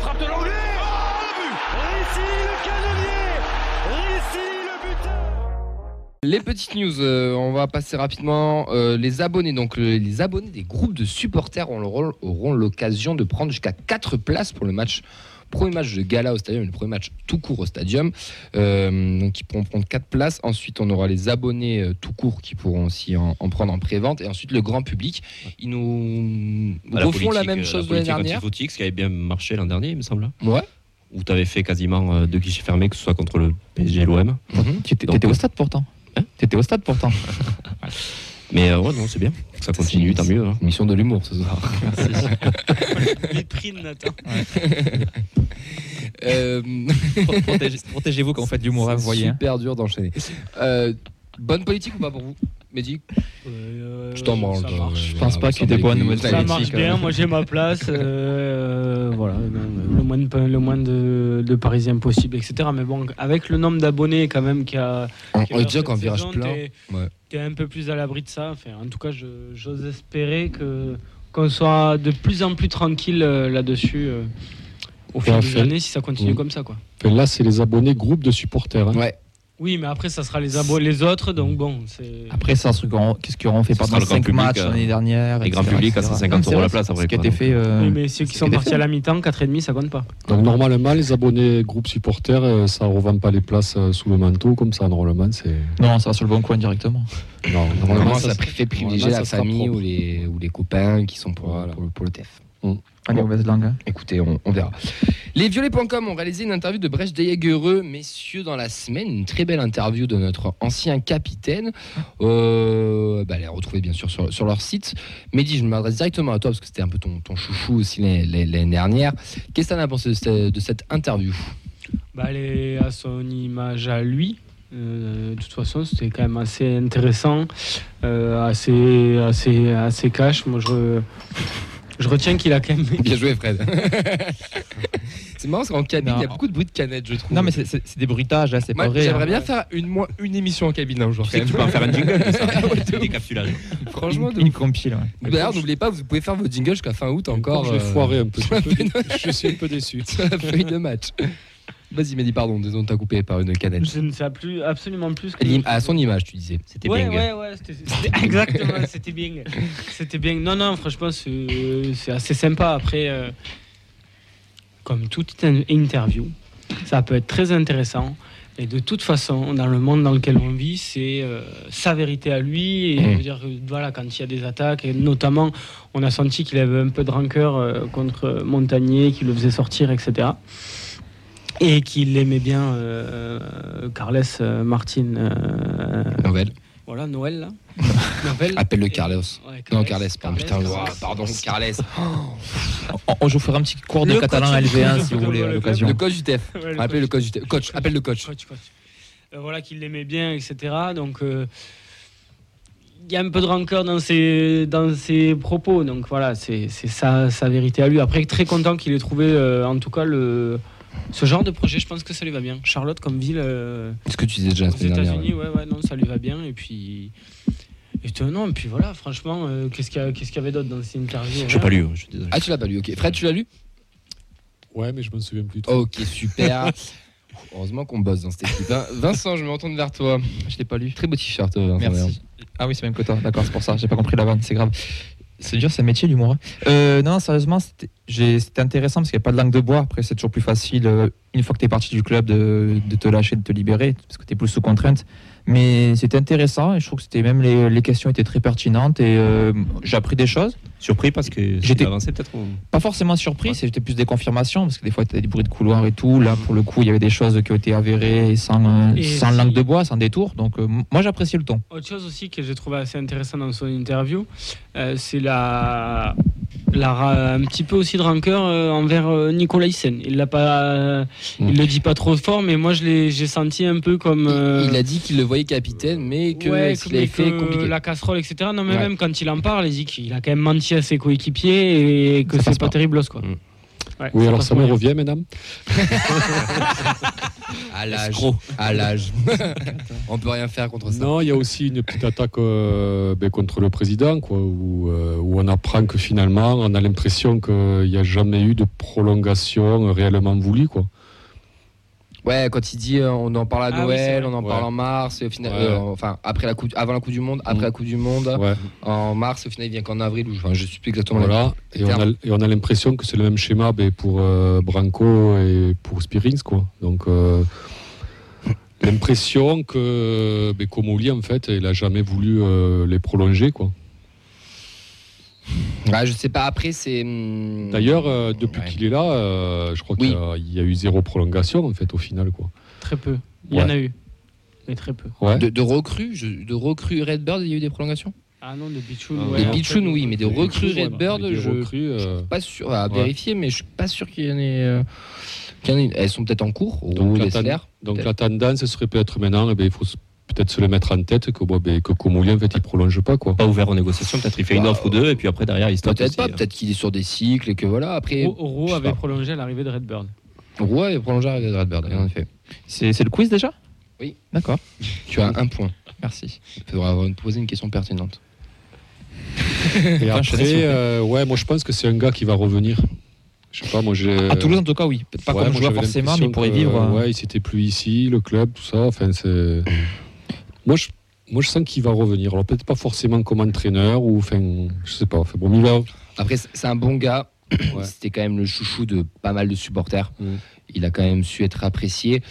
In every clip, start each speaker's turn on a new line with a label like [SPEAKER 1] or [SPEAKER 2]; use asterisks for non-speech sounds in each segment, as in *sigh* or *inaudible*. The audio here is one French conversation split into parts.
[SPEAKER 1] frappe de l'anglais Oh, le but Réussi le canonnier Réussi le buteur
[SPEAKER 2] Les petites news, euh, on va passer rapidement. Euh, les abonnés, donc le- les abonnés des groupes de supporters auront, le- auront l'occasion de prendre jusqu'à 4 places pour le match. Premier match de gala au stadium, et le premier match tout court au stadium. Euh, donc, ils pourront prendre 4 places. Ensuite, on aura les abonnés euh, tout court qui pourront aussi en, en prendre en pré-vente. Et ensuite, le grand public. Ils nous
[SPEAKER 3] Bah, la
[SPEAKER 2] refont la,
[SPEAKER 3] politique, euh,
[SPEAKER 2] même chose de l'année
[SPEAKER 3] politique
[SPEAKER 2] dernière.
[SPEAKER 3] anti-footix qui avait bien marché l'an dernier, il me semble. hein.
[SPEAKER 2] Ouais.
[SPEAKER 3] Où tu avais fait quasiment euh, deux guichets fermés, que ce soit contre le PSG et l'OM.
[SPEAKER 2] Mhm.
[SPEAKER 4] Tu étais
[SPEAKER 3] Donc,
[SPEAKER 4] au stade pourtant.
[SPEAKER 3] Hein
[SPEAKER 4] T'étais au stade pourtant.
[SPEAKER 3] Mais euh, ouais, non, c'est bien. Ça continue, tant mieux. hein.
[SPEAKER 2] Mission de l'humour ce
[SPEAKER 4] *laughs*
[SPEAKER 2] soir.
[SPEAKER 5] hein.
[SPEAKER 2] *laughs* Euh,
[SPEAKER 4] Protégez- Protégez-vous quand vous faites du
[SPEAKER 2] C'est
[SPEAKER 4] moral, vous voyez. hein.
[SPEAKER 2] Super dur d'enchaîner. Euh, bonne politique ou pas pour vous Mehdi Je t'en branle.
[SPEAKER 5] Euh, Ça
[SPEAKER 2] toi.
[SPEAKER 5] marche.
[SPEAKER 2] Voilà,
[SPEAKER 4] pense pas
[SPEAKER 2] on
[SPEAKER 4] qu'il y ait
[SPEAKER 2] s'en
[SPEAKER 4] des
[SPEAKER 2] bat
[SPEAKER 4] bonnes
[SPEAKER 2] les
[SPEAKER 4] ou
[SPEAKER 2] couilles.
[SPEAKER 4] mauvaises
[SPEAKER 5] Ça
[SPEAKER 4] Politique,
[SPEAKER 5] marche
[SPEAKER 4] hein.
[SPEAKER 5] bien, moi j'ai ma place, euh, voilà, non, le moins, de, pa- le moins de, de Parisiens possible, etc. Mais bon, avec le nombre d'abonnés quand même qu'il y a...
[SPEAKER 2] On,
[SPEAKER 5] qu'il
[SPEAKER 2] on
[SPEAKER 5] y a
[SPEAKER 2] est déjà
[SPEAKER 5] cette
[SPEAKER 2] qu'en virage
[SPEAKER 5] saison,
[SPEAKER 2] plein.
[SPEAKER 5] t'es-
[SPEAKER 2] ouais.
[SPEAKER 5] T'es un peu plus à l'abri de ça. Enfin, en tout cas, je- j'ose espérer que qu'on soit de plus en plus tranquille euh, là-dessus euh, au fil
[SPEAKER 6] Et en
[SPEAKER 5] des
[SPEAKER 6] fait-
[SPEAKER 5] années si ça continue
[SPEAKER 6] Oui.
[SPEAKER 5] comme ça, quoi.
[SPEAKER 6] Enfin, Là, c'est les abonnés groupe de supporters. hein.
[SPEAKER 2] Ouais.
[SPEAKER 5] Oui, mais après, ça sera les abos, les autres, donc bon, c'est.
[SPEAKER 4] Après, c'est un truc qu'on- qu'est-ce qu'on fait
[SPEAKER 3] Ce
[SPEAKER 4] pendant
[SPEAKER 3] sera le grand
[SPEAKER 4] 5
[SPEAKER 3] public,
[SPEAKER 4] matchs
[SPEAKER 3] euh,
[SPEAKER 4] l'année dernière.
[SPEAKER 3] les grands
[SPEAKER 4] etc.,
[SPEAKER 3] publics à
[SPEAKER 4] etc.
[SPEAKER 3] 150
[SPEAKER 4] Non, Ah, c'est
[SPEAKER 3] euros la
[SPEAKER 4] vrai,
[SPEAKER 3] place, après,
[SPEAKER 4] Ce qui a
[SPEAKER 3] quoi,
[SPEAKER 4] été
[SPEAKER 3] donc.
[SPEAKER 4] fait. euh,
[SPEAKER 5] Oui, mais ceux qui sont partis à la mi-temps, 4,5, ça compte pas.
[SPEAKER 6] Donc normalement, les abonnés groupe supporters, euh, ça revend pas les places euh, sous le manteau comme ça. Normalement, c'est
[SPEAKER 4] Non, ça va sur le bon coin directement.
[SPEAKER 6] non.
[SPEAKER 2] Normalement,
[SPEAKER 6] Normalement,
[SPEAKER 2] ça,
[SPEAKER 6] se-
[SPEAKER 2] fait privilégier
[SPEAKER 6] normalement,
[SPEAKER 2] la
[SPEAKER 6] ça sera
[SPEAKER 2] famille
[SPEAKER 6] propre.
[SPEAKER 2] ou les, ou les copains qui sont pour,
[SPEAKER 6] Voilà.
[SPEAKER 2] pour le- pour le TF.
[SPEAKER 4] Allez, mauvaise langue. hein.
[SPEAKER 2] Écoutez, on, on verra. Les violets.com ont réalisé une interview de Brecht Dejaguereux, messieurs, dans la semaine. Une très belle interview de notre ancien capitaine. Euh, bah, elle est retrouvée, bien sûr, sur, sur leur site. Mehdi, je m'adresse directement à toi parce que c'était un peu ton, ton chouchou aussi l'année- l'année l'année dernière. Qu'est-ce que tu as pensé de cette, de cette interview
[SPEAKER 5] Bah, elle est à son image à lui. Euh, de toute façon, c'était quand même assez intéressant, euh, assez, assez, assez cash. Moi, je, re- je retiens qu'il a quand même.
[SPEAKER 2] Bien joué, Fred. *laughs* C'est marrant parce qu'en cabine,
[SPEAKER 4] Non.
[SPEAKER 2] il y a beaucoup de bruit de canette, je trouve.
[SPEAKER 4] Non, mais c'est- c'est c'est des bruitages, là, c'est
[SPEAKER 2] Moi,
[SPEAKER 4] pas vrai.
[SPEAKER 2] j'aimerais
[SPEAKER 4] hein.
[SPEAKER 2] bien faire une, moins- une émission en cabine un jour.
[SPEAKER 3] Tu sais
[SPEAKER 2] quand
[SPEAKER 3] que tu
[SPEAKER 2] même.
[SPEAKER 3] peux en faire un jingle comme *laughs* ça.
[SPEAKER 2] Ouais, de ouf.
[SPEAKER 3] Des capsulages.
[SPEAKER 2] Franchement, de
[SPEAKER 4] Une, une
[SPEAKER 2] ouf.
[SPEAKER 4] compile,
[SPEAKER 2] *laughs*
[SPEAKER 4] ouais.
[SPEAKER 2] D'ailleurs, n'oubliez pas, vous pouvez faire vos jingles jusqu'à fin août encore.
[SPEAKER 6] Je vais
[SPEAKER 2] euh,
[SPEAKER 6] foirer un peu.
[SPEAKER 2] sur la feuille
[SPEAKER 6] *laughs* Je suis un peu déçu.
[SPEAKER 2] sur *laughs* la feuille de match. Vas-y, Mehdi, pardon, désolé, on t'a coupé par une canette.
[SPEAKER 5] Je ne sais plus, absolument plus. ce que-
[SPEAKER 2] Lim- À son image, tu disais.
[SPEAKER 3] C'était
[SPEAKER 5] Ouais,
[SPEAKER 3] bien.
[SPEAKER 5] ouais, ouais, c'était- c'était- *laughs* exactement, c'était bien. C'était bien. Non, non, franchement, c'est c'est assez sympa. Après, euh, comme toute in- interview, ça peut être très intéressant. Et de toute façon, dans le monde dans lequel on vit, c'est euh, sa vérité à lui. Et
[SPEAKER 2] Mm.
[SPEAKER 5] je veux dire, euh, voilà, quand il y a des attaques, et notamment, on a senti qu'il avait un peu de rancœur euh, contre Montagnier, qui le faisait sortir, etc. Et qu'il aimait bien euh, euh, Carles euh, Martin euh,
[SPEAKER 2] Nouvelle.
[SPEAKER 5] voilà, Noël,
[SPEAKER 2] *laughs*
[SPEAKER 5] là. Noël.
[SPEAKER 2] Appelle-le Carlos.
[SPEAKER 5] Ouais,
[SPEAKER 2] Ah, Non, Carles,
[SPEAKER 5] Carles,
[SPEAKER 2] pardon. Putain,
[SPEAKER 5] Carles.
[SPEAKER 2] ouah, pardon, Carles.
[SPEAKER 4] On, on- je vous ferai un petit cours de
[SPEAKER 5] Le
[SPEAKER 4] catalan
[SPEAKER 5] coach-
[SPEAKER 4] LV1 si vous voulez à
[SPEAKER 5] Le
[SPEAKER 4] l'occasion.
[SPEAKER 2] Le coach du TF.
[SPEAKER 5] Ouais, le
[SPEAKER 2] Appelle le
[SPEAKER 5] coach.
[SPEAKER 2] coach du TF. Coach, appelle le coach.
[SPEAKER 5] Coach, coach. Euh, voilà, qu'il l'aimait bien, etc. Donc, euh, il y a un peu de rancœur dans ses, dans ses propos. Donc, voilà, c'est c'est sa, sa vérité à lui. Après, très content qu'il ait trouvé, euh, en tout cas, le, ce genre de projet. Je pense que ça lui va bien. Charlotte, comme ville. euh,
[SPEAKER 2] Est-ce que tu disais déjà la
[SPEAKER 5] aux
[SPEAKER 2] semaine dernière
[SPEAKER 5] États-Unis, ouais, ouais, non, ça lui va bien. Et puis. Et puis, non, et puis voilà, franchement, euh, qu'est-ce qu'il y, a- qu'est-ce qu'il y avait d'autre dans ces interviews
[SPEAKER 3] Je
[SPEAKER 5] Rien.
[SPEAKER 3] pas lu, hein, je suis désolé.
[SPEAKER 2] Ah, tu l'as pas lu, ok. Fred, tu l'as lu
[SPEAKER 6] Ouais, mais je me souviens plus. trop.
[SPEAKER 2] Ok,
[SPEAKER 5] *laughs*
[SPEAKER 2] super. Heureusement qu'on bosse dans cette équipe. hein. Vincent, je me retourne vers toi.
[SPEAKER 4] Je l'ai pas lu.
[SPEAKER 2] Très beau t-shirt, euh, Vincent. d'ailleurs.
[SPEAKER 4] Merci. Ah oui, c'est même que toi. D'accord, c'est pour ça. J'ai pas compris la vanne, c'est grave. C'est dur, c'est un métier, l'humour. hein. Euh, non, non, sérieusement, c'était j'ai- c'était intéressant parce qu'il n'y a pas de langue de bois. Après, c'est toujours plus facile, euh, une fois que tu es parti du club, de, de te lâcher, de te libérer, parce que tu es plus sous contrainte. Mais c'était intéressant et je trouve que c'était même les, les questions étaient très pertinentes et euh, j'ai appris des choses.
[SPEAKER 3] Surpris parce que
[SPEAKER 4] J'étais-
[SPEAKER 3] j'étais avancé peut-être. ou-
[SPEAKER 4] Pas forcément surpris, c'est c'était plus des confirmations parce que des fois, tu as des bruits de couloir et tout. Là, pour le coup, il y avait des choses qui ont été avérées et sans, euh,
[SPEAKER 5] Et
[SPEAKER 4] sans
[SPEAKER 5] si-
[SPEAKER 4] langue de bois, sans détour. Donc, euh, moi, j'appréciais le ton.
[SPEAKER 5] Autre chose aussi que j'ai trouvé assez intéressant dans son interview, euh, c'est la, la ra- un petit peu aussi de rancœur euh, envers euh, Nicolas Hyssen. Il l'a pas, euh, il le dit pas trop fort, mais moi je l'ai, j'ai senti un peu comme. euh,
[SPEAKER 2] Mmh. Il, il a dit qu'il le voyait capitaine, mais que
[SPEAKER 5] ouais,
[SPEAKER 2] ce qu'il
[SPEAKER 5] mais
[SPEAKER 2] avait fait
[SPEAKER 5] que
[SPEAKER 2] compliqué.
[SPEAKER 5] la casserole, etc. Non, mais
[SPEAKER 2] Ouais.
[SPEAKER 5] même quand il en parle, il dit qu'il a quand même menti à ses coéquipiers et que
[SPEAKER 4] Ça passe
[SPEAKER 5] c'est pas,
[SPEAKER 4] pas.
[SPEAKER 2] Mmh.
[SPEAKER 5] terrible, quoi. Ouais,
[SPEAKER 6] Oui,
[SPEAKER 5] c'est
[SPEAKER 6] alors
[SPEAKER 5] pas
[SPEAKER 6] ça
[SPEAKER 5] trop
[SPEAKER 6] me
[SPEAKER 5] bien.
[SPEAKER 6] revient, mesdames.
[SPEAKER 2] À l'âge. À
[SPEAKER 5] *laughs*
[SPEAKER 2] l'âge. *laughs* On peut rien faire contre ça.
[SPEAKER 6] Non, il y a aussi une petite attaque euh, ben, contre le président, quoi, où, euh, où on apprend que finalement, on a l'impression qu'il n'y a jamais eu de prolongation réellement voulue. Quoi.
[SPEAKER 2] Ouais, quand il dit euh, on en parle à
[SPEAKER 5] Ah oui, c'est
[SPEAKER 2] Noël,
[SPEAKER 5] vrai.
[SPEAKER 2] on en
[SPEAKER 6] Ouais.
[SPEAKER 2] parle en mars, et au final,
[SPEAKER 6] Ouais.
[SPEAKER 2] euh, enfin après la coupe, avant la Coupe du Monde, après
[SPEAKER 6] Mm.
[SPEAKER 2] la Coupe du Monde,
[SPEAKER 6] Ouais,
[SPEAKER 2] en mars, au final il vient qu'en avril, ou enfin je sais plus exactement. la-
[SPEAKER 6] voilà. Et on a, et on a l'impression que c'est le même schéma ben, pour euh, Branco et pour Spirings. Quoi. Donc,
[SPEAKER 2] *laughs*
[SPEAKER 6] euh, l'impression que ben, Comoli, en fait, il n'a jamais voulu euh, les prolonger. Quoi.
[SPEAKER 2] Ouais, je sais pas. Après c'est. hum,
[SPEAKER 6] D'ailleurs, euh, depuis
[SPEAKER 2] ouais.
[SPEAKER 6] qu'il est là, euh, je crois
[SPEAKER 2] Oui.
[SPEAKER 6] qu'il y a- il y a eu zéro prolongation, en fait, au final. Quoi.
[SPEAKER 5] Très peu. Il y en a eu. Mais très peu.
[SPEAKER 6] Ouais.
[SPEAKER 2] de, de recrues, je- de recrues Redbird, il y a eu des prolongations.
[SPEAKER 5] Ah non, de Bichoun.
[SPEAKER 6] Ah,
[SPEAKER 5] ouais,
[SPEAKER 6] des
[SPEAKER 5] en fait,
[SPEAKER 2] Bichoun, oui, mais des
[SPEAKER 5] Bichoun,
[SPEAKER 2] recrues
[SPEAKER 5] ouais,
[SPEAKER 2] Red Bird,
[SPEAKER 6] Des
[SPEAKER 2] je-
[SPEAKER 6] recrues, euh,
[SPEAKER 2] Pas sûr, à
[SPEAKER 6] Ouais.
[SPEAKER 2] vérifier, mais je suis pas sûr qu'il y en ait. euh, qu'il y en ait- Elles sont peut-être en cours. au
[SPEAKER 6] Donc,
[SPEAKER 2] Roux,
[SPEAKER 6] la
[SPEAKER 2] Dessler,
[SPEAKER 6] Donc
[SPEAKER 2] peut-être.
[SPEAKER 6] la tendance serait peut-être maintenant, eh ben, il faut se- peut-être se le mettre en tête que, bon, ben, que Comolien, en fait, il prolonge pas. Quoi.
[SPEAKER 3] Pas ouvert aux négociations, peut-être il fait une
[SPEAKER 2] Bah,
[SPEAKER 3] offre ou deux, et puis après derrière il stoppe.
[SPEAKER 2] Peut-être
[SPEAKER 3] aussi,
[SPEAKER 2] pas,
[SPEAKER 3] euh.
[SPEAKER 2] peut-être qu'il est sur des cycles et que voilà. Après,
[SPEAKER 6] Oh.
[SPEAKER 5] Oro- Oro
[SPEAKER 2] je sais
[SPEAKER 5] avait
[SPEAKER 2] pas.
[SPEAKER 5] prolongé à l'arrivée de Redbird.
[SPEAKER 2] Roux est prolongé à Redbird, en effet.
[SPEAKER 4] C'est c'est le quiz déjà
[SPEAKER 2] Oui.
[SPEAKER 4] D'accord,
[SPEAKER 2] Tu as un point.
[SPEAKER 4] merci.
[SPEAKER 2] Il faudra avoir poser une question pertinente.
[SPEAKER 6] Et
[SPEAKER 4] Putain, je sais, s'il vous
[SPEAKER 6] après,
[SPEAKER 4] plaît.
[SPEAKER 6] euh, ouais, moi je pense que c'est un gars qui va revenir. Je sais pas, moi j'ai.
[SPEAKER 4] À Ah, Toulouse en tout cas, oui. Pas
[SPEAKER 6] Euh, Ouais,
[SPEAKER 4] comme
[SPEAKER 6] moi,
[SPEAKER 4] joueur
[SPEAKER 6] j'avais
[SPEAKER 4] forcément, mais
[SPEAKER 6] l'impression
[SPEAKER 4] il pourrait
[SPEAKER 6] que,
[SPEAKER 4] vivre. Mm. euh,
[SPEAKER 6] Ouais, il s'était plus ici, le club, tout ça. Enfin, c'est. moi je. Moi, je sens qu'il va revenir. Alors, peut-être pas forcément comme entraîneur, ou enfin, je sais pas. Enfin, bon, il va.
[SPEAKER 2] Après, c'est c'est un bon gars. *clears throat*
[SPEAKER 6] Ouais.
[SPEAKER 2] C'était quand même le chouchou de pas mal de supporters.
[SPEAKER 6] Mm.
[SPEAKER 2] Il a quand même su être apprécié.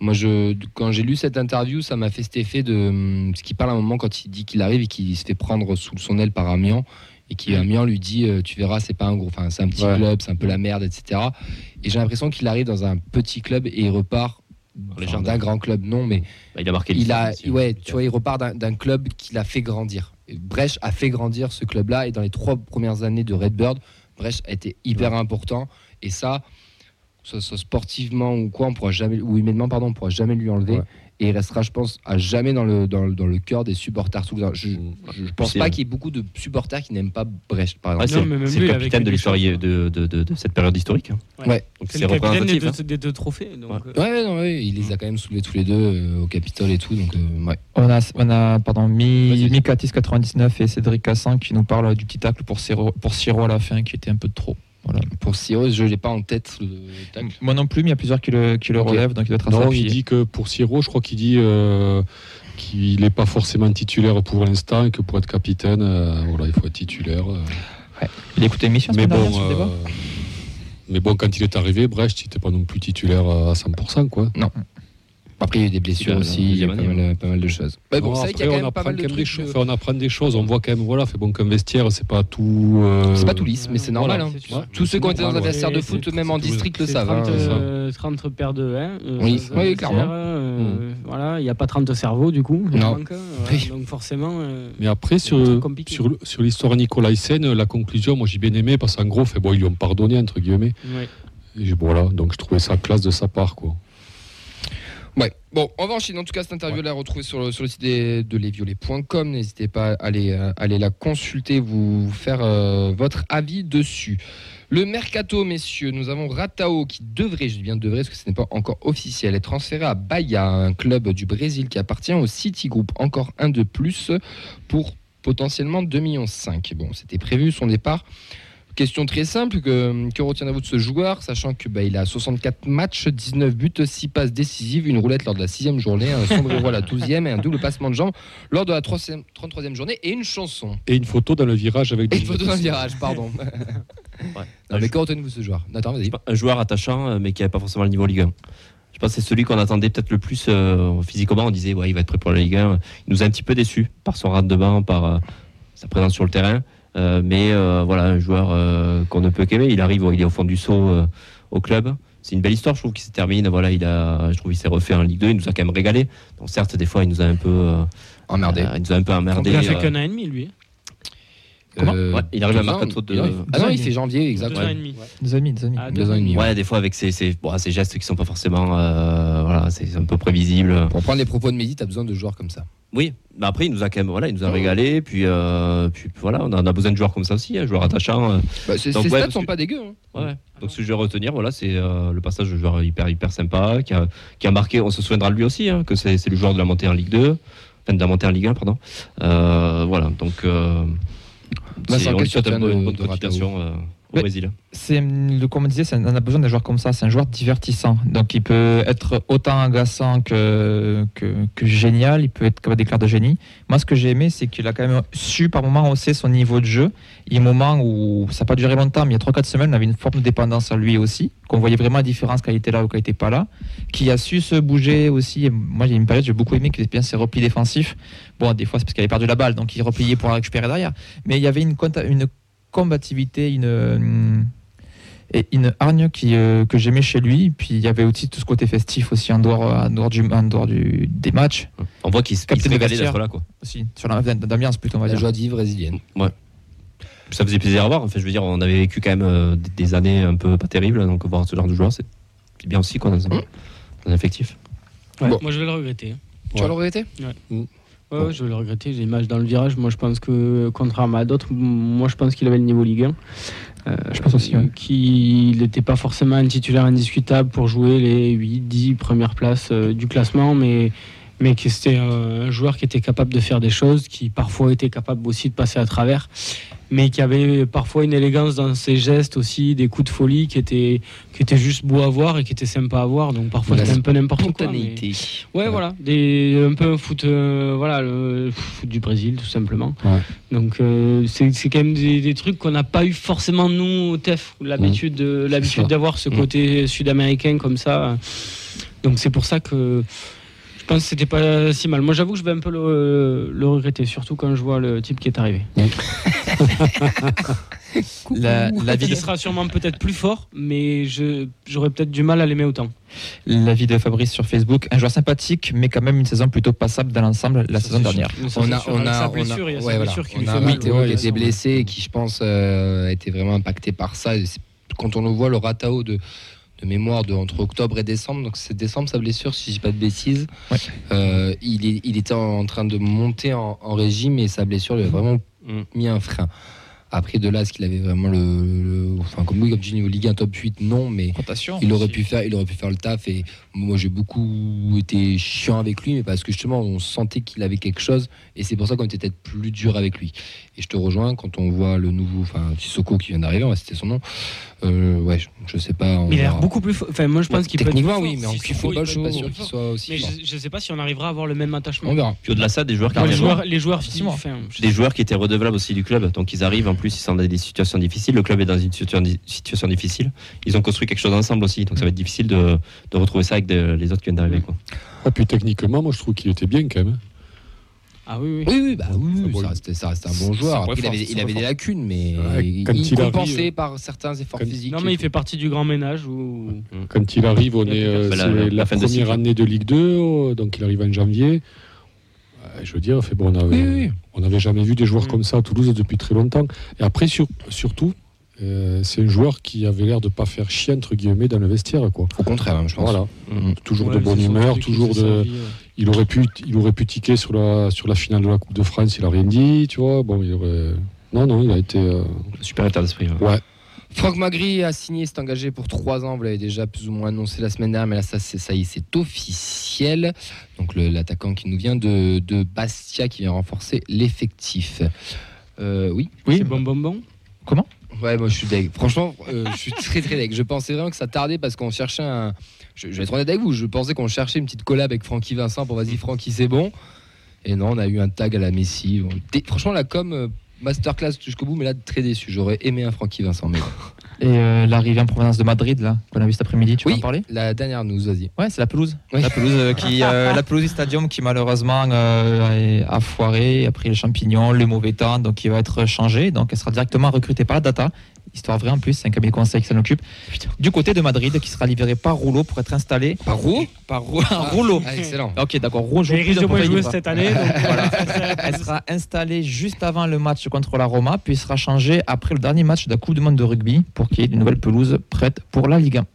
[SPEAKER 2] Moi, je, quand j'ai lu cette interview, ça m'a fait cet effet de. hum, Ce qu'il parle à un moment quand il dit qu'il arrive et qu'il se fait prendre sous son aile par Amiens. Et qu'Amiens lui dit euh, Tu verras, c'est pas un gros. Enfin, c'est un petit
[SPEAKER 6] Mm. Ouais.
[SPEAKER 2] club, c'est un peu la merde, etc. Et j'ai l'impression qu'il arrive dans un petit club et il repart.
[SPEAKER 3] les
[SPEAKER 2] enfin,
[SPEAKER 3] jardins.
[SPEAKER 2] d'un grand club, non, mais
[SPEAKER 3] Bah, il a marqué
[SPEAKER 2] il a,
[SPEAKER 3] l'histoire,
[SPEAKER 2] ouais,
[SPEAKER 3] aussi,
[SPEAKER 2] tu
[SPEAKER 3] hein.
[SPEAKER 2] vois, il repart d'un- d'un club qui l'a fait grandir. Et Brech a fait grandir ce club-là et dans les trois premières années de Redbird, Brech a été hyper important et ça, que ce soit sportivement ou quoi, on pourra jamais, ou humainement pardon, on pourra jamais lui enlever
[SPEAKER 6] Ouais.
[SPEAKER 2] et il restera, je pense, à jamais dans le dans, le- dans le cœur des supporters. toulousains. Je, je pense
[SPEAKER 3] C'est-
[SPEAKER 2] pas qu'il y ait beaucoup de supporters qui n'aiment pas Brech, par
[SPEAKER 3] Ouais,
[SPEAKER 2] exemple.
[SPEAKER 3] c'est
[SPEAKER 5] Non, mais même
[SPEAKER 3] c'est
[SPEAKER 5] lui,
[SPEAKER 3] le
[SPEAKER 5] il avait
[SPEAKER 3] capitaine de
[SPEAKER 5] que
[SPEAKER 3] l'histoire
[SPEAKER 5] des
[SPEAKER 3] de, de, de- de cette période historique. hein.
[SPEAKER 5] Ouais.
[SPEAKER 2] Ouais.
[SPEAKER 3] Donc
[SPEAKER 5] C'est
[SPEAKER 3] c'est
[SPEAKER 5] le capitaine des
[SPEAKER 3] représentatif.
[SPEAKER 5] deux,
[SPEAKER 3] hein.
[SPEAKER 5] des deux trophées. Donc, euh,
[SPEAKER 2] Ouais, Mm. ouais, non, ouais, il les a quand même soulevés tous les deux euh, au Capitole et tout, donc euh, ouais.
[SPEAKER 4] On a, on a pardon,
[SPEAKER 2] Vas-y,
[SPEAKER 4] Mi-
[SPEAKER 2] vas-y.
[SPEAKER 4] Mikatis99 et Cédric Cassin qui nous parlent du petit tacle pour Siro, pour Siro à la fin qui était un peu de trop. Voilà.
[SPEAKER 2] Pour Cyrus, je l'ai pas en tête le tacle.
[SPEAKER 4] Moi non plus, mais il y a plusieurs qui le, qui le
[SPEAKER 2] Ok.
[SPEAKER 4] relèvent, donc il doit être assez
[SPEAKER 6] Non, il
[SPEAKER 4] appuyé.
[SPEAKER 6] dit que pour Siro, je crois qu'il dit euh, qu'il n'est pas forcément titulaire pour l'instant et que pour être capitaine, euh, voilà, il faut être titulaire. euh.
[SPEAKER 4] Il écoute l'émission
[SPEAKER 6] mais
[SPEAKER 4] semaine
[SPEAKER 6] bon,
[SPEAKER 4] dernière sur le débat
[SPEAKER 6] euh, mais bon, quand il est arrivé, Brecht, il n'était pas non plus titulaire à 100%. Quoi.
[SPEAKER 2] Après, il y a eu des blessures
[SPEAKER 3] Dans la
[SPEAKER 2] aussi, il y a pas
[SPEAKER 3] deuxième année,
[SPEAKER 2] mal, pas mal de choses. Mais bon,
[SPEAKER 6] Non,
[SPEAKER 2] c'est vrai qu'il y a quand
[SPEAKER 6] après, on
[SPEAKER 2] même
[SPEAKER 6] apprend
[SPEAKER 2] pas mal de
[SPEAKER 6] quand même des
[SPEAKER 2] trucs.
[SPEAKER 6] choses.
[SPEAKER 2] euh,
[SPEAKER 6] Enfin, on apprend des choses, on voit quand même, voilà, fait bon qu'un vestiaire, c'est pas tout. euh,
[SPEAKER 2] C'est pas tout lisse, mais c'est normal.
[SPEAKER 5] voilà,
[SPEAKER 2] hein.
[SPEAKER 5] c'est sûr.
[SPEAKER 2] Tous ceux qui ont été dans un
[SPEAKER 6] Normal, ouais.
[SPEAKER 2] vestiaire de
[SPEAKER 5] C'est-
[SPEAKER 2] foot,
[SPEAKER 6] c'est-
[SPEAKER 2] même en
[SPEAKER 6] c'est-
[SPEAKER 2] district, le
[SPEAKER 5] c'est
[SPEAKER 2] savent. hein.
[SPEAKER 5] 30,
[SPEAKER 6] c'est ça.
[SPEAKER 5] euh, 30 paires de euh, 1.
[SPEAKER 2] Oui, oui, clairement.
[SPEAKER 5] euh,
[SPEAKER 2] Hmm.
[SPEAKER 5] Voilà, il n'y a pas 30 cerveaux du coup. il
[SPEAKER 2] Non.
[SPEAKER 5] manque un, voilà,
[SPEAKER 2] Oui.
[SPEAKER 5] donc forcément. euh,
[SPEAKER 6] Mais après,
[SPEAKER 5] C'est
[SPEAKER 6] sur,
[SPEAKER 5] compliqué.
[SPEAKER 6] sur, sur l'histoire Nicolaisen, la conclusion, moi j'ai bien aimé parce qu'en gros, fait, bon, ils lui ont pardonné, entre guillemets.
[SPEAKER 5] ouais.
[SPEAKER 6] Et je- voilà, donc je trouvais ça classe de sa part. Quoi.
[SPEAKER 2] Ouais. Bon, on va enchaîner. En tout cas, cette interview, là la retrouver sur le, sur le site des- de lesviolets.com. N'hésitez pas à aller, euh, aller la consulter, vous faire euh, votre avis dessus. Le mercato, messieurs, nous avons Ratao qui devrait, je dis bien devrait, parce que ce n'est pas encore officiel, être transféré à Bahia, un club du Brésil qui appartient au City Group. Encore un de plus pour potentiellement 2,5 millions. Bon, c'était prévu son départ. Question très simple, que, que retiendrez-vous de ce joueur, sachant que bah, il a 64 matchs, 19 buts, 6 passes décisives, une roulette lors de la 6 journée, un sombrero à la 12e et un double passement de jambe lors de la 3e 33e journée et une chanson.
[SPEAKER 6] Et une photo dans le virage avec
[SPEAKER 2] Et
[SPEAKER 6] des.
[SPEAKER 2] une photo d'un virage, pardon. *laughs* Non, mais que retenez-vous de ce joueur Nathan, vas-y.
[SPEAKER 3] C'est pas Un joueur attachant, euh, mais qui n'avait pas forcément le niveau Ligue 1. Je pense que c'est celui qu'on attendait peut-être le plus euh, physiquement. On disait, ouais, il va être prêt pour la Ligue 1. Il nous a un petit peu déçus par son rang de banc, par euh, sa présence sur le terrain. Euh, mais euh, voilà, un joueur euh, qu'on ne peut qu'aimer. Il arrive, il est au fond du saut euh, au club. C'est une belle histoire, je trouve, qui se termine. Voilà, il a, je trouve, il s'est refait en Ligue 2. Il nous a quand même régalé. Donc certes, des fois, il nous a un peu, euh,
[SPEAKER 2] Emmerdé.
[SPEAKER 3] euh, il nous a un peu emmerdé.
[SPEAKER 5] il a fait
[SPEAKER 3] euh,
[SPEAKER 5] qu'un an et demi lui. hein.
[SPEAKER 3] comment Ouais, il arrive à
[SPEAKER 2] deux ans,
[SPEAKER 3] Mercato de-
[SPEAKER 2] Euh, il arrive. Ah non, il fait janvier,
[SPEAKER 5] Deux
[SPEAKER 2] exact.
[SPEAKER 5] ans et demi.
[SPEAKER 6] euh,
[SPEAKER 4] Nos amis, nos amis.
[SPEAKER 5] Ah,
[SPEAKER 2] Deux ans et demi.
[SPEAKER 3] Ouais, des fois avec ces, ces, bon, ces gestes qui sont pas forcément euh, voilà, voilà, c'est un peu prévisible.
[SPEAKER 2] Pour prendre les propos de Mehdi, t'as besoin de joueurs comme ça.
[SPEAKER 3] Oui, mais après, il nous a quand même, voilà, il nous a régalé. Puis, euh, puis voilà, on en a besoin de joueurs comme ça aussi, hein, joueurs attachants. euh,
[SPEAKER 2] Bah, c'est-
[SPEAKER 3] Donc,
[SPEAKER 2] ces
[SPEAKER 3] ouais,
[SPEAKER 2] stats
[SPEAKER 3] parce
[SPEAKER 2] sont
[SPEAKER 3] que-
[SPEAKER 2] pas dégueux. hein.
[SPEAKER 3] Ouais. Donc ce que je vais retenir, voilà, c'est euh, le passage de joueur hyper hyper sympa, qui a, qui a marqué, on se souviendra de lui aussi, hein, que c'est c'est le joueur de la montée en Ligue 2, enfin de la montée en Ligue 1, pardon. Euh, voilà, donc euh,
[SPEAKER 2] Vincent,
[SPEAKER 3] c'est- on
[SPEAKER 2] qu'est-ce
[SPEAKER 3] lui
[SPEAKER 2] que
[SPEAKER 3] souhaite
[SPEAKER 2] tu
[SPEAKER 3] un
[SPEAKER 2] retiens
[SPEAKER 3] bon- une
[SPEAKER 2] de-
[SPEAKER 3] bonne
[SPEAKER 2] de Ratao
[SPEAKER 3] continuation euh, au
[SPEAKER 4] Ouais.
[SPEAKER 3] Brésil.
[SPEAKER 4] C'est le- comme on disait, c'est- on a besoin d'un joueur comme ça. C'est un joueur divertissant. Donc il peut être autant agaçant que, que, que génial. Il peut être comme des éclairs de génie. Moi, ce que j'ai aimé, c'est qu'il a quand même su par moments hausser son niveau de jeu. Il y a un moment où ça n'a pas duré longtemps, mais il y a 3-4 semaines, on avait une forme de dépendance à lui aussi. Qu'on voyait vraiment la différence quand il était là ou quand il n'était pas là. Qui a su se bouger aussi. Et moi, j'ai une période, j'ai beaucoup aimé que bien ses replis défensifs. Bon, des fois, c'est parce qu'il avait perdu la balle, donc il repliait pour la récupérer derrière. Mais il y avait une, conta- une combativité, une. hum, et une hargne qui, euh, que j'aimais chez lui. Puis il y avait aussi tout ce côté festif aussi en dehors, en dehors, du, en dehors du, des matchs.
[SPEAKER 3] On voit qu'il s- il
[SPEAKER 4] Capitaine
[SPEAKER 3] s'est régalé
[SPEAKER 4] vestiaire.
[SPEAKER 3] d'être là, quoi.
[SPEAKER 4] Aussi, sur la- d'ambiance plutôt, on va
[SPEAKER 2] La
[SPEAKER 3] Bah,
[SPEAKER 4] dire.
[SPEAKER 2] joie de vivre brésilienne.
[SPEAKER 3] Ça faisait plaisir à voir. Enfin, je veux dire, on avait vécu quand même euh, des- des années un peu pas terribles, donc voir ce genre de joueur, c'est c'est bien aussi, quoi, dans un,
[SPEAKER 2] Mmh.
[SPEAKER 3] dans un effectif.
[SPEAKER 5] Ouais,
[SPEAKER 2] Bon.
[SPEAKER 5] Moi, je vais le regretter. hein.
[SPEAKER 2] Tu vas le regretter
[SPEAKER 5] Ouais, ouais, je vais le regretter. J'ai l'image dans le virage. Moi, je pense que, contrairement à d'autres, m- moi, je pense qu'il avait le niveau Ligue 1. Euh,
[SPEAKER 4] Je pense aussi, ouais.
[SPEAKER 5] Qu'il n'était pas forcément un titulaire indiscutable pour jouer les 8, 10 premières places euh, du classement, mais, mais que c'était euh, un joueur qui était capable de faire des choses, qui parfois était capable aussi de passer à travers, mais qui avait parfois une élégance dans ses gestes aussi, des coups de folie qui étaient, qui étaient juste beaux à voir et qui étaient sympas à voir. Donc parfois,
[SPEAKER 2] La
[SPEAKER 5] c'était un peu n'importe quoi. mais-
[SPEAKER 2] Spontanéité.
[SPEAKER 5] Ouais, voilà, des, un peu un foot, euh, voilà, le foot du Brésil, tout simplement.
[SPEAKER 6] Ouais.
[SPEAKER 5] Donc, euh, c'est c'est quand même des, des trucs qu'on n'a pas eu forcément, nous, au TEF, l'habitude de- l'habitude
[SPEAKER 2] ça.
[SPEAKER 5] d'avoir ce
[SPEAKER 3] Mm.
[SPEAKER 5] côté sud-américain comme ça. Donc, c'est pour ça que je pense que c'était pas si mal. Moi, j'avoue que je vais un peu le, le regretter, surtout quand je vois le type qui est arrivé.
[SPEAKER 4] La, la, vie
[SPEAKER 5] Il
[SPEAKER 4] de,
[SPEAKER 5] sera sûrement peut-être plus fort, mais je- j'aurais peut-être du mal à l'aimer autant.
[SPEAKER 4] la vie de Fabrice sur Facebook. Un joueur sympathique, mais quand même une saison plutôt passable dans l'ensemble la
[SPEAKER 5] Ça,
[SPEAKER 4] saison
[SPEAKER 5] c'est
[SPEAKER 4] dernière.
[SPEAKER 5] sûr. Ça,
[SPEAKER 2] On
[SPEAKER 5] c'est
[SPEAKER 2] a,
[SPEAKER 5] sûr.
[SPEAKER 2] on
[SPEAKER 5] Avec
[SPEAKER 2] a,
[SPEAKER 5] sa
[SPEAKER 2] on a,
[SPEAKER 5] blessure, il y a sa
[SPEAKER 2] ouais, voilà.
[SPEAKER 5] blessure qui
[SPEAKER 2] on
[SPEAKER 5] lui
[SPEAKER 2] a
[SPEAKER 5] fait mal.
[SPEAKER 2] Matteo
[SPEAKER 5] Ouais,
[SPEAKER 2] qui
[SPEAKER 5] bien
[SPEAKER 2] était
[SPEAKER 5] sûr.
[SPEAKER 2] blessé et qui, je pense, euh, a été vraiment impacté par ça. Et c'est- Quand on le voit, le Ratao de, de mémoire de entre octobre et décembre, donc c'est décembre sa blessure, si je dis pas de bêtises,
[SPEAKER 4] Ouais.
[SPEAKER 2] Euh, il, est- il était en train de monter en, en régime et sa blessure lui a vraiment
[SPEAKER 3] Mm.
[SPEAKER 2] mis un frein. Après, de là, est-ce qu'il avait vraiment le, le- enfin, comme oui, comme tu dis, niveau Ligue 1 top 8, non, mais
[SPEAKER 4] Rotation.
[SPEAKER 2] il aurait pu faire, il aurait pu faire le taf. Et moi, j'ai beaucoup été chiant avec lui, mais parce que justement, on sentait qu'il avait quelque chose, et c'est pour ça qu'on était peut-être plus dur avec lui. Et je te rejoins quand on voit le nouveau, enfin Sissoko qui vient d'arriver, on va citer son nom. Euh, ouais, je, je sais pas. on
[SPEAKER 5] Mais il a l'air
[SPEAKER 2] verra.
[SPEAKER 5] beaucoup plus fort. Enfin, moi, je pense qu'il peut être
[SPEAKER 2] Bah, Techniquement,
[SPEAKER 5] plus
[SPEAKER 2] oui,
[SPEAKER 5] fort.
[SPEAKER 2] mais en
[SPEAKER 5] Si
[SPEAKER 2] kick
[SPEAKER 5] Sissoko,
[SPEAKER 2] football,
[SPEAKER 5] il
[SPEAKER 2] je
[SPEAKER 5] peut
[SPEAKER 2] suis pas
[SPEAKER 5] être
[SPEAKER 2] sûr
[SPEAKER 5] plus
[SPEAKER 2] qu'il
[SPEAKER 5] fort.
[SPEAKER 2] soit aussi
[SPEAKER 5] Mais
[SPEAKER 2] fort.
[SPEAKER 5] je ne sais pas si on arrivera à avoir le même attachement.
[SPEAKER 2] On verra.
[SPEAKER 3] Puis au-delà de ça, des joueurs qui
[SPEAKER 5] Moi, les,
[SPEAKER 3] arrivent-
[SPEAKER 5] joueurs, les joueurs finissent.
[SPEAKER 4] Forcément.
[SPEAKER 5] enfin, je-
[SPEAKER 3] des joueurs qui étaient redevables aussi du club. Donc ils arrivent en plus, ils sont dans des situations difficiles. Le club est dans une situation, situation difficile. Ils ont construit quelque chose ensemble aussi. Donc ça va être difficile de, de retrouver ça avec des- les autres qui viennent d'arriver.
[SPEAKER 2] Mm.
[SPEAKER 3] quoi.
[SPEAKER 6] Ah, puis techniquement, moi je trouve qu'il était bien quand même. hein.
[SPEAKER 5] Ah oui, oui.
[SPEAKER 2] Oui, oui, bah oui,
[SPEAKER 6] C'est
[SPEAKER 2] oui,
[SPEAKER 6] bon.
[SPEAKER 2] ça restait, ça restait un
[SPEAKER 4] C'est-
[SPEAKER 2] bon joueur.
[SPEAKER 4] c'est
[SPEAKER 2] Après, il
[SPEAKER 4] fort,
[SPEAKER 2] avait,
[SPEAKER 4] c'est
[SPEAKER 2] il avait des
[SPEAKER 4] fort.
[SPEAKER 2] lacunes, mais
[SPEAKER 6] Ouais, quand
[SPEAKER 2] il,
[SPEAKER 6] il arrive-
[SPEAKER 2] compensait par certains efforts
[SPEAKER 6] Quand-
[SPEAKER 2] physiques.
[SPEAKER 5] Non, mais il fait partie du grand ménage. Ou...
[SPEAKER 6] Quand il arrive, on
[SPEAKER 5] Il y a
[SPEAKER 6] est,
[SPEAKER 5] quelqu'un
[SPEAKER 3] qui
[SPEAKER 6] euh,
[SPEAKER 3] fait la-
[SPEAKER 6] c'est
[SPEAKER 3] la-
[SPEAKER 6] la,
[SPEAKER 3] la fin de
[SPEAKER 6] première
[SPEAKER 3] cycle.
[SPEAKER 6] année de Ligue 2, euh, donc il arrive en janvier. Euh, Je veux dire, fait, bon, on avait,
[SPEAKER 2] Oui, oui.
[SPEAKER 6] on n'avait jamais vu des joueurs
[SPEAKER 5] Mm.
[SPEAKER 6] comme ça à Toulouse depuis très longtemps. Et après, sur- surtout, euh, c'est un joueur qui avait l'air de pas faire chien entre guillemets dans le vestiaire, quoi.
[SPEAKER 2] Au contraire, hein, je pense.
[SPEAKER 6] Voilà,
[SPEAKER 3] Mm.
[SPEAKER 6] toujours
[SPEAKER 5] Ouais,
[SPEAKER 6] de
[SPEAKER 5] mais
[SPEAKER 6] bonne
[SPEAKER 5] c'est surtout
[SPEAKER 6] humeur,
[SPEAKER 5] lui qui euh,
[SPEAKER 6] toujours
[SPEAKER 5] fait
[SPEAKER 6] de.
[SPEAKER 5] sa vie, ouais.
[SPEAKER 6] il aurait pu, il aurait pu tiquer sur la, sur la finale de la Coupe de France, il a rien dit, tu vois. Bon, il aurait- Non, non, il a été. euh,
[SPEAKER 3] Super état d'esprit. ouais.
[SPEAKER 2] Franck Magri a signé, s'est engagé pour 3 ans. Vous l'avez déjà plus ou moins annoncé la semaine dernière, mais là, ça, c'est, ça y est, c'est officiel. Donc, le- l'attaquant qui nous vient de, de Bastia qui vient renforcer l'effectif. Euh, oui.
[SPEAKER 5] C'est bon, bon, bon.
[SPEAKER 2] Ouais, moi je suis deg. Franchement, euh, je suis très très deg. Je pensais vraiment que ça tardait parce qu'on cherchait un. Je, je vais être honnête avec vous, je pensais qu'on cherchait une petite collab avec Francky Vincent pour vas-y, Francky, c'est bon. Et non, on a eu un tag à la Messi. Bon, dé- Franchement, la com, euh, masterclass jusqu'au bout, mais là, très déçu. J'aurais aimé un Francky Vincent. Mais...
[SPEAKER 4] Et euh, l'arrivée en provenance de Madrid, là, qu'on a vu cet après-midi, tu peux
[SPEAKER 2] Oui.
[SPEAKER 4] en parler
[SPEAKER 2] La dernière news, vas-y.
[SPEAKER 4] Ouais, c'est la pelouse.
[SPEAKER 2] Oui.
[SPEAKER 4] La pelouse euh, qui, euh, la pelouse du stadium qui malheureusement euh, est- a foiré, a pris les champignons, le mauvais temps, donc il va être changé. Donc elle sera directement recrutée par la data. Histoire vraie en plus, c'est un cabinet de conseil qui s'en occupe. Du côté de Madrid, qui sera libéré par rouleau pour être installé.
[SPEAKER 2] Par Roux
[SPEAKER 4] Par rou- un rouleau.
[SPEAKER 2] Ah, Excellent.
[SPEAKER 4] Ok, d'accord. Rouleau, je
[SPEAKER 5] J'ai
[SPEAKER 4] vous prie
[SPEAKER 5] risque de
[SPEAKER 4] de me
[SPEAKER 5] moins
[SPEAKER 4] payer
[SPEAKER 5] jouer
[SPEAKER 4] pas.
[SPEAKER 5] cette année. donc, *laughs*
[SPEAKER 4] Voilà. Elle sera installée juste avant le match contre la Roma, puis sera changée après le dernier match de la Coupe du Monde de rugby pour qu'il y ait une nouvelle pelouse prête pour la Ligue 1.